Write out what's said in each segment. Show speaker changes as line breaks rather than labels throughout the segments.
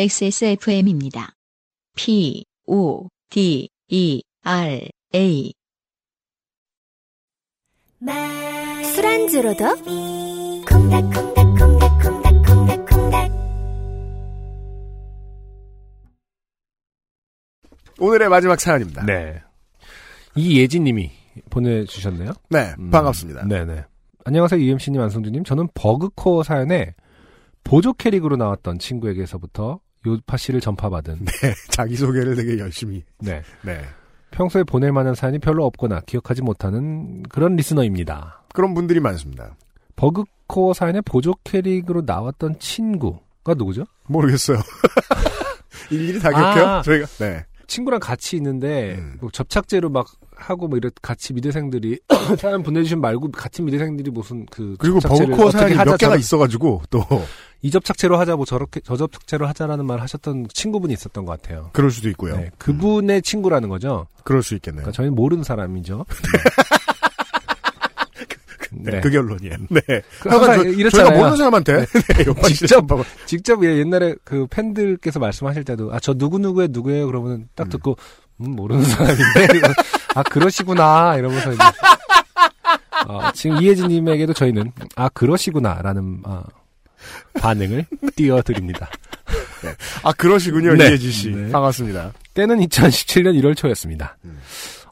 XSFM입니다. P, O, D, E, R, A.
술안주로도 콩닥콩닥콩닥콩닥콩닥콩닥
오늘의 마지막 사연입니다. 네,
네. 이예진님이 보내주셨네요. 음,
반갑습니다.
네네. 안녕하세요, UMC님, 안성주님. 저는 버그코어 사연에 보조 캐릭으로 나왔던 친구에게서부터 요파 씨를 전파받은.
네. 자기 소개를 되게 열심히.
네.
네,
평소에 보낼 만한 사연이 별로 없거나 기억하지 못하는 그런 리스너입니다.
그런 분들이 많습니다.
버그코어 사연에 보조 캐릭으로 나왔던 친구가 누구죠?
모르겠어요. 일일이 다 기억해요?
아.
저희가 네,
친구랑 같이 있는데
음.
뭐 접착제로 막 하고 뭐 이렇 같이 미대생들이 사연 보내주신 말고 같이 미대생들이 무슨 그
그리고
접착제를
버그코어
어떻게
사연이
하자
몇 개가
저런-
있어가지고 또
이 접착제로 하자 뭐 저렇게 저 접착제로 하자라는 말 하셨던 친구분이 있었던 것 같아요.
그럴 수도 있고요.
네, 그분의 친구라는 거죠.
그럴 수 있겠네요.
그러니까 저희는 모르는 사람이죠.
네,
네.
그 결론이에요. 네,
그
하여간
항상
저- 저희가
이렇잖아요.
모르는 사람한테 네, 요파 씨를
직접
전파받-
직접 예, 옛날에 그 팬들께서 말씀하실 때도 아 저 누구 누구의 누구예요 그러면 딱 듣고 음, 모르는 사람인데 아 그러시구나 이러면서 이제 어, 지금 이혜진님에게도 저희는 아 그러시구나라는 아, 반응을 띄워드립니다.
아 그러시군요,
네.
이예지 씨. 아,
네.
반갑습니다. 음.
때는 2017년 1월 초였습니다.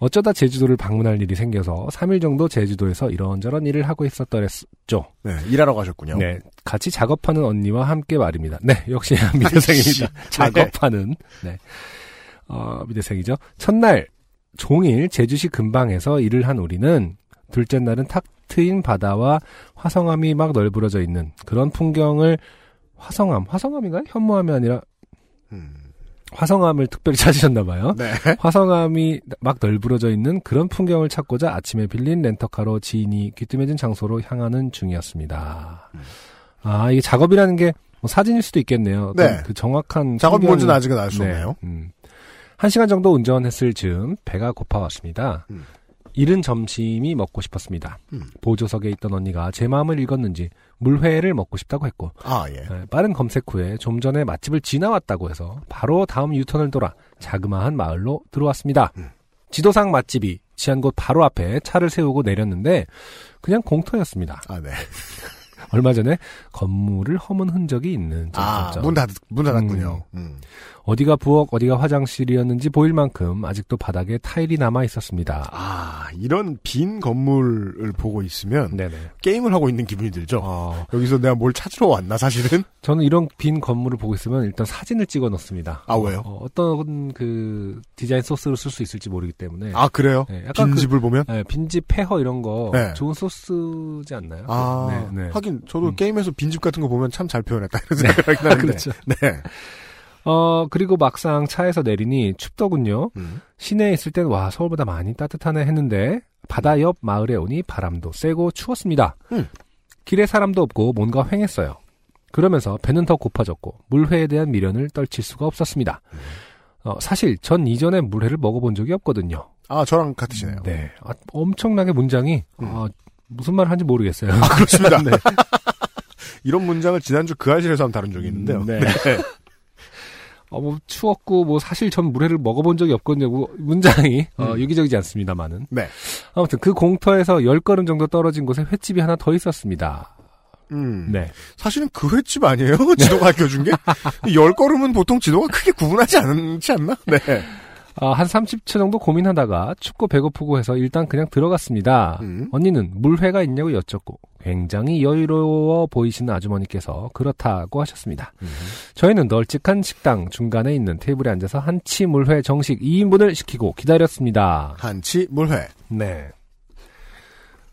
어쩌다 제주도를 방문할 일이 생겨서 3일 정도 제주도에서 이런저런 일을 하고 있었더랬죠.
네, 일하러 가셨군요.
네, 같이 작업하는 언니와 함께 말입니다. 네, 역시 미대생입니다. 네. 작업하는 네, 어, 미대생이죠. 첫날 종일 제주시 근방에서 일을 한 우리는 둘째 날은 탁 트인 바다와 화성암이 막 널브러져 있는 그런 풍경을 화성암, 화성암인가요? 현무암이 아니라
음,
화성암을 특별히 찾으셨나봐요.
네.
화성암이 막 널브러져 있는 그런 풍경을 찾고자 아침에 빌린 렌터카로 지인이 귀뜸해진 장소로 향하는 중이었습니다.
음.
아, 이게 작업이라는 게뭐 사진일 수도 있겠네요. 어떤
네.
그 정확한
작업이
풍경-
뭔지는 아직은 알 수 없네요.
네, 음. 한 시간 정도 운전했을 즈음 배가 고파왔습니다.
음.
이른 점심이 먹고 싶었습니다.
음.
보조석에 있던 언니가 제 마음을 읽었는지 물회를 먹고 싶다고 했고
아 예.
네, 빠른 검색 후에 좀 전에 맛집을 지나왔다고 해서 바로 다음 유턴을 돌아 자그마한 마을로 들어왔습니다.
음.
지도상 맛집이 지한 곳 바로 앞에 차를 세우고 내렸는데 그냥 공터였습니다.
아 네.
얼마 전에 건물을 허문 흔적이 있는 점점점.
아문 닫, 문 닫았군요. 음.
어디가 부엌 어디가 화장실이었는지 보일 만큼 아직도 바닥에 타일이 남아 있었습니다.
아 이런 빈 건물을 보고 있으면
네네.
게임을 하고 있는 기분이 들죠.
어,
여기서 내가 뭘 찾으러 왔나 사실은
저는 이런 빈 건물을 보고 있으면 일단 사진을 찍어 넣습니다.
아 왜요?
어, 어떤 그 디자인 소스로 쓸 수 있을지 모르기 때문에
아 그래요?
네, 약간
빈
그-
집을 보면
네, 빈집 폐허 이런 거
네.
좋은 소스지 않나요?
아
네, 네.
하긴 저도
음.
게임에서 빈집 같은 거 보면 참 잘 표현했다 이런 생각이 나는데
그렇죠.
네.
어 그리고 막상 차에서 내리니 춥더군요.
음.
시내에 있을 땐 와 서울보다 많이 따뜻하네 했는데 바다 옆 마을에 오니 바람도 세고 추웠습니다.
음.
길에 사람도 없고 뭔가 횡했어요. 그러면서 배는 더 고파졌고 물회에 대한 미련을 떨칠 수가 없었습니다.
음.
어, 사실 전 이전에 물회를 먹어본 적이 없거든요.
아 저랑 같으시네요.
네, 아, 엄청나게 문장이
음.
아, 무슨 말 하는지 모르겠어요.
아 그렇습니다.
네.
이런 문장을 지난주 그 아실에서 한번 다룬 적이 있는데요.
음, 네. 어, 뭐, 추웠고, 뭐, 사실 전 물회를 먹어본 적이 없거든요. 뭐, 문장이, 어, 유기적이지 않습니다만은.
음. 네.
아무튼 그 공터에서 열 걸음 정도 떨어진 곳에 횟집이 하나 더 있었습니다.
음.
네.
사실은 그 횟집 아니에요? 지도가 알려준 게? 이열 걸음은 보통 지도가 크게 구분하지 않지 않나? 네.
아, 한 30초 정도 고민하다가 춥고 배고프고 해서 일단 그냥 들어갔습니다.
음.
언니는 물회가 있냐고 여쭙고 굉장히 여유로워 보이시는 아주머니께서 그렇다고 하셨습니다. 저희는 널찍한 식당 중간에 있는 테이블에 앉아서 한치 물회 정식 2인분을 시키고 기다렸습니다.
한치 물회.
네.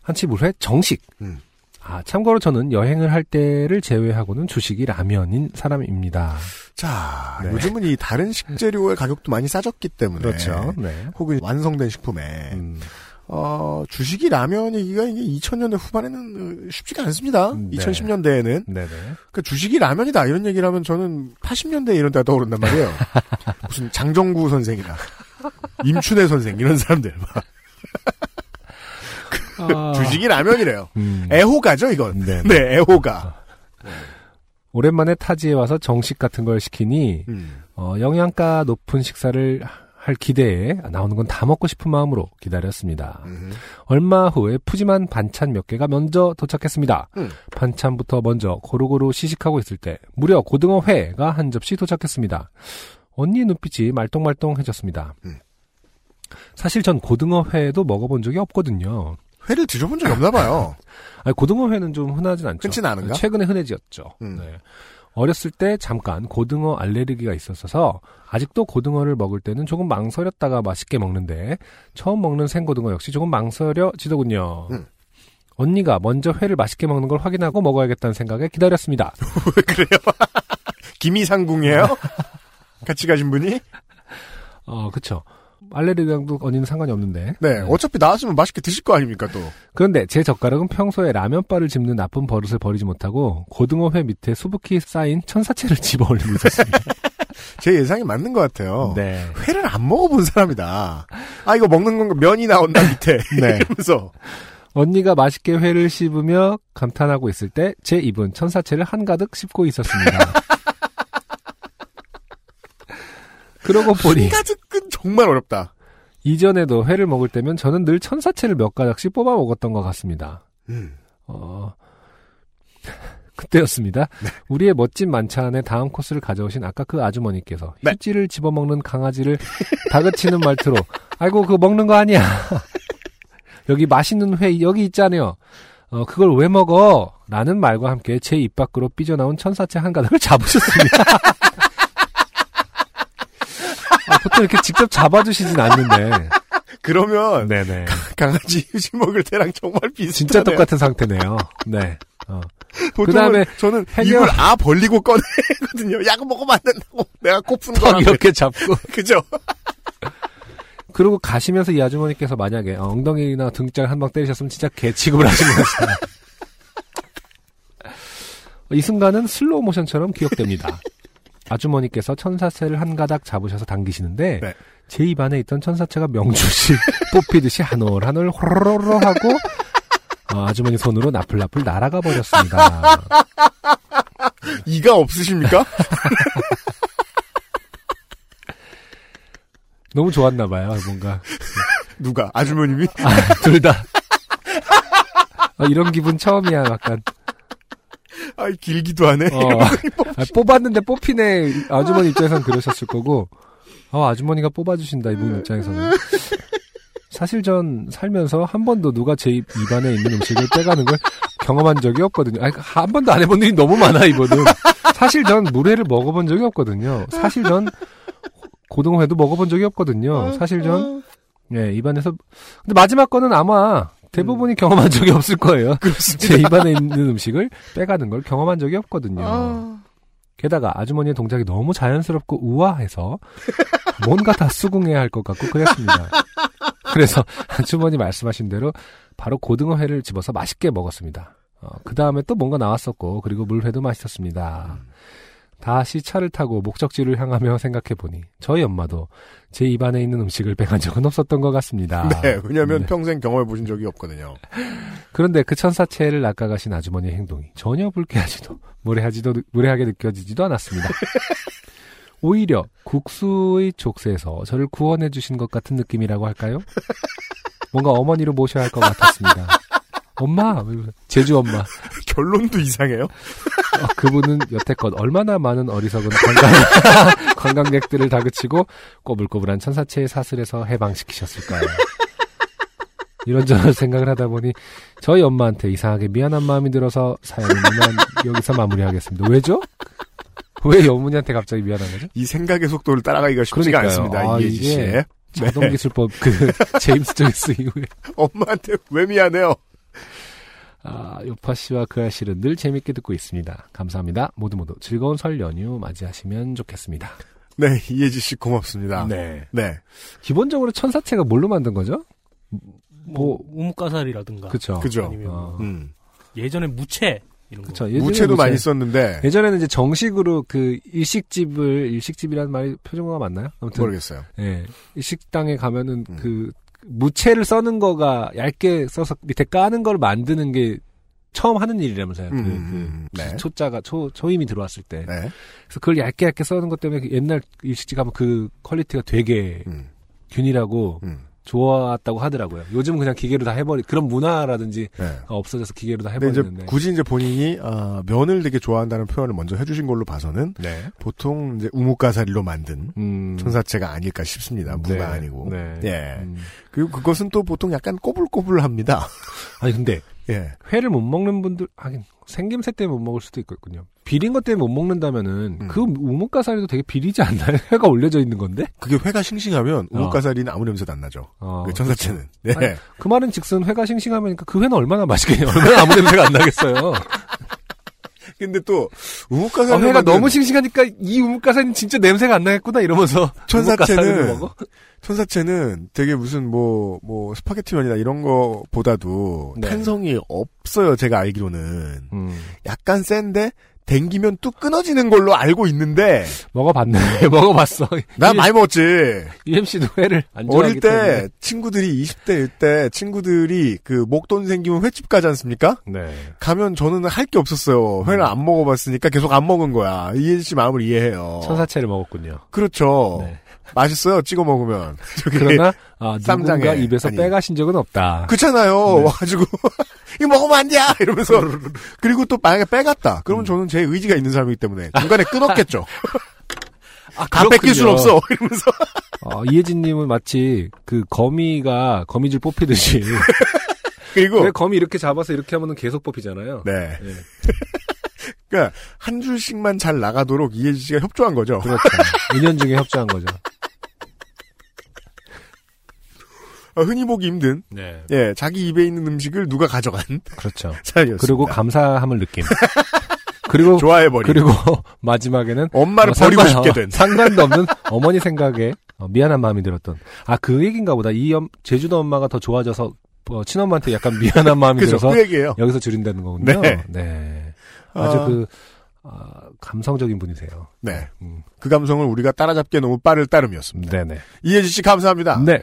한치 물회 정식.
음.
아, 참고로 저는 여행을 할 때를 제외하고는 주식이 라면인 사람입니다.
자,
네.
요즘은 이 다른 식재료의 가격도 많이 싸졌기 때문에.
네.
혹은 완성된 식품에
음,
어, 주식이 라면이기가 이게 2000년대 후반에는 쉽지가 않습니다.
네.
2010년대에는
네네.
그러니까 주식이 라면이다 이런 얘기를 하면 저는 80년대 이런 데가 떠오른단 말이에요. 무슨 장정구 선생이나 임춘애 선생 이런 사람들 막 주식이 라면이래요.
음,
애호가죠 이건.
네.
네, 애호가.
오랜만에 타지에 와서 정식 같은 걸 시키니
음.
어, 영양가 높은 식사를 할 기대에 나오는 건 다 먹고 싶은 마음으로 기다렸습니다.
음.
얼마 후에 푸짐한 반찬 몇 개가 먼저 도착했습니다.
음.
반찬부터 먼저 고루고루 시식하고 있을 때 무려 고등어 회가 한 접시 도착했습니다. 언니 눈빛이 말똥말똥해졌습니다.
음.
사실 전 고등어 회도 먹어본 적이 없거든요.
회를 드셔본 적이 없나 봐요.
아니, 고등어 회는 좀 흔하진 않죠.
흔치 않은가?
최근에 흔해지었죠.
음.
네. 어렸을 때 잠깐 고등어 알레르기가 있었어서 아직도 고등어를 먹을 때는 조금 망설였다가 맛있게 먹는데 처음 먹는 생고등어 역시 조금 망설여지더군요.
음.
언니가 먼저 회를 맛있게 먹는 걸 확인하고 먹어야겠다는 생각에 기다렸습니다.
김이상궁이에요? 같이 가신 분이?
어, 그쵸. 알레르기랑도 언니는 상관이 없는데.
네, 어차피 나왔으면 맛있게 드실 거 아닙니까, 또.
그런데 제 젓가락은 평소에 라면바를 집는 나쁜 버릇을 버리지 못하고 고등어회 밑에 수북히 쌓인 천사채를 집어 올리고 있었습니다.
제 예상이 맞는 것 같아요.
네.
회를 안 먹어본 사람이다. 아, 이거 먹는 건가? 면이 나온다, 밑에.
네.
이러면서.
언니가 맛있게 회를 씹으며 감탄하고 있을 때 제 입은 천사채를 한가득 씹고 있었습니다. 그러고 보니
가득은 정말 어렵다.
이전에도 회를 먹을 때면 저는 늘 천사채를 몇 가닥씩 뽑아 먹었던 것 같습니다.
음.
어, 그때였습니다. 우리의 멋진 만찬에 다음 코스를 가져오신 아까 그 아주머니께서
네.
휴지를 집어먹는 강아지를 다그치는 말투로 아이고 그거 먹는 거 아니야. 여기 맛있는 회 여기 있잖아요. 어, 그걸 왜 먹어? 라는 말과 함께 제 입 밖으로 삐져나온 천사채 한 가닥을 잡으셨습니다. 아, 보통 이렇게 직접 잡아주시진 않는데.
그러면
아, 네네.
강아지 휴지 먹을 때랑 정말 비슷하네요.
진짜 똑같은 상태네요. 네. 어.
보통
그다음에
저는
해녀-
입을 아 벌리고 꺼내거든요. 약 먹으면 안 된다고. 내가 코푼
턱
거랑.
이렇게 잡고.
그죠?
그리고 가시면서 이 아주머니께서 만약에 어, 엉덩이나 등짝 한 방 때리셨으면 진짜 개취급을 하신 것 같습니다. 이 순간은 슬로우 모션처럼 기억됩니다. 아주머니께서 천사채를 한 가닥 잡으셔서 당기시는데
네.
제 입안에 있던 천사채가 명주시 뽑히듯이 한올 한올 호로로 하고 어, 아주머니 손으로 나풀나풀 날아가 버렸습니다.
이가 없으십니까?
너무 좋았나 봐요, 뭔가.
누가? 아주머님이?
아, 둘 다. 어, 이런 기분 처음이야, 약간.
아, 길기도 하네.
어. 아, 뽑았는데 뽑히네. 아주머니 입장에선 그러셨을 거고, 아, 아주머니가 뽑아주신다, 이분 입장에서는. 사실 전 살면서 한 번도 누가 제 입- 입안에 있는 음식을 빼가는 걸 경험한 적이 없거든요. 아니, 그 한 번도 안 해본 일이 너무 많아, 이거는. 사실 전 물회를 먹어본 적이 없거든요. 사실 전 고등어회도 먹어본 적이 없거든요. 사실 전, 예, 입안에서. 근데 마지막 거는 아마 대부분이 경험한 적이 없을 거예요. 제 입안에 있는 음식을 빼가는 걸 경험한 적이 없거든요. 게다가 아주머니의 동작이 너무 자연스럽고 우아해서 뭔가 다 수긍해야 할 것 같고 그랬습니다. 그래서 아주머니 말씀하신 대로 바로 고등어회를 집어서 맛있게 먹었습니다. 그 다음에 또 뭔가 나왔었고 그리고 물회도 맛있었습니다. 다시 차를 타고 목적지를 향하며 생각해 보니 저희 엄마도 제 입안에 있는 음식을 빼간 적은 없었던 것 같습니다.
네, 왜냐면
네.
평생 경험해 보신 적이 없거든요. 그런데
그런데 그 천사체를 낚아가신 아주머니의 행동이 전혀 불쾌하지도 무례하지도 무례하게 느껴지지도 않았습니다. 오히려 국수의 족쇄에서 저를 구원해 주신 것 같은 느낌이라고 할까요? 뭔가 어머니로 모셔야 할 것 같았습니다. 엄마, 제주 엄마.
결론도 이상해요.
어, 그분은 여태껏 얼마나 많은 어리석은 관광, 관광객들을 다그치고 꼬불꼬불한 천사체의 사슬에서 해방시키셨을까요? 이런저런 생각을 하다 보니 저희 엄마한테 이상하게 미안한 마음이 들어서 사연은 이만 여기서 마무리하겠습니다. 왜죠? 왜 여문이한테 갑자기 미안한 거죠?
이 생각의 속도를 따라가기가 쉽지가
그러니까요.
않습니다.
아,
이예지
이게-
씨의
자동기술법 그 제임스 조이스 이후에
엄마한테 왜 미안해요?
아, 요파 씨와 그 아씨는 늘 재밌게 듣고 있습니다. 감사합니다. 모두 모두 즐거운 설 연휴 맞이하시면 좋겠습니다.
네, 이예지 씨 고맙습니다. 네.
기본적으로 천사체가 뭘로 만든 거죠? 뭐-
뭐 우뭇가사리라든가
그쵸.
그죠.
아니면
어.
음.
예전에 무채 이런 거
그쵸. 예전에
무채도
무채-
많이 썼는데
예전에는 이제 정식으로 그 일식집을 일식집이라는 말이 표준어가 맞나요? 아무튼
모르겠어요.
예. 일식당에 가면은
음.
그 무채를 써는 거가 얇게 써서 밑에 까는 걸 만드는 게 처음 하는 일이라면서요. 그,
음,
그
네.
초자가 초 초임이 들어왔을 때.
네.
그래서 그걸 얇게 얇게 써는 것 때문에 그 옛날 일식집 가면 그 퀄리티가 되게
음,
균일하고
음.
좋았다고 하더라고요. 요즘 은 그냥 기계로 다 해버리 그런 문화라든지
네.
없어져서 기계로 다
근데 이제
해버리는데.
굳이 이제 본인이 아, 면을 되게 좋아한다는 표현을 먼저 해주신 걸로 봐서는
네.
보통 이제 우뭇가사리로 만든
음.
천사체가 아닐까 싶습니다. 무가
네.
아니고.
네.
예.
음.
그리고 그것은 또 보통 약간 꼬불꼬불합니다.
아니 근데
예.
회를 못 먹는 분들 하긴 생김새 때문에 못 먹을 수도 있겠군요. 비린 것 때문에 못 먹는다면은
음.
그 우뭇가사리도 되게 비리지 않나요? 회가 올려져 있는 건데.
그게 회가 싱싱하면
어.
우뭇가사리는 아무 냄새도 안 나죠.
어,
그 천사체는. 네.
아니, 그 말은 즉슨 회가 싱싱하면 그 회는 얼마나 맛있겠냐. 얼마나 아무 냄새가 안 나겠어요.
근데 또
아,
우뭇가사리
회가 너무 싱싱하니까 이 우뭇가사리는 진짜 냄새가 안 나겠구나 이러면서
천사채는
우뭇가사리를 먹어?
천사채는 되게 무슨 뭐, 뭐, 스파게티면이나 이런 거보다도
네.
탄성이 없어요. 제가 알기로는.
음,
약간 센데, 댕기면 뚝 끊어지는 걸로 알고 있는데,
먹어봤네 먹어봤어
나 많이 먹었지.
UMC도 회를 안 좋아하기
어릴
때문에
때, 친구들이, 20대일 때, 친구들이 그 목돈 생기면 횟집 가지 않습니까?
네.
가면 저는 할 게 없었어요.
음.
회를 안 먹어봤으니까 계속 안 먹은 거야. 이해 씨 마음을 이해해요.
천사채를 먹었군요
그렇죠.
네.
맛있어요. 찍어 먹으면. 저기
그러나 아, 누군가
쌈장에,
입에서
아니.
빼가신 적은 없다
그렇잖아요.
네.
와가지고 이거 먹으면 안 돼! 이러면서 그리고 또 만약에 빼갔다.
음.
그러면 저는 제 의지가 있는 사람이기 때문에 중간에 끊었겠죠.
아,
다 뺏길 순 없어. 이러면서
어, 이혜진님은 마치 그 거미가 거미줄 뽑히듯이
그리고
왜 거미 이렇게 잡아서 이렇게 하면 은 계속 뽑히잖아요
네.
네.
그러니까 한 줄씩만 잘 나가도록 이혜지 씨가 협조한 거죠.
그렇죠 인연 중에 협조한 거죠
어, 흔히 보기 힘든
네
예 자기 입에 있는 음식을 누가 가져간
그렇죠
사연이었습니다.
그리고 감사함을 느낌 그리고
좋아해버린
그리고 마지막에는
엄마를
어,
버리고
상관-
싶게 된.
어, 상관도 없는 어머니 생각에 어, 미안한 마음이 들었던 아 그 얘긴가 보다 이 엄- 제주도 엄마가 더 좋아져서 어, 친엄마한테 약간 미안한 마음이
그죠.
들어서
그 얘기예요.
여기서 줄인다는 거군요.
네.
네. 아주
아.
그 아, 감성적인 분이세요.
네.
음,
그 감성을 우리가 따라잡기에 너무 빠를 따름이었습니다.
네네.
이혜지 씨 감사합니다.
네.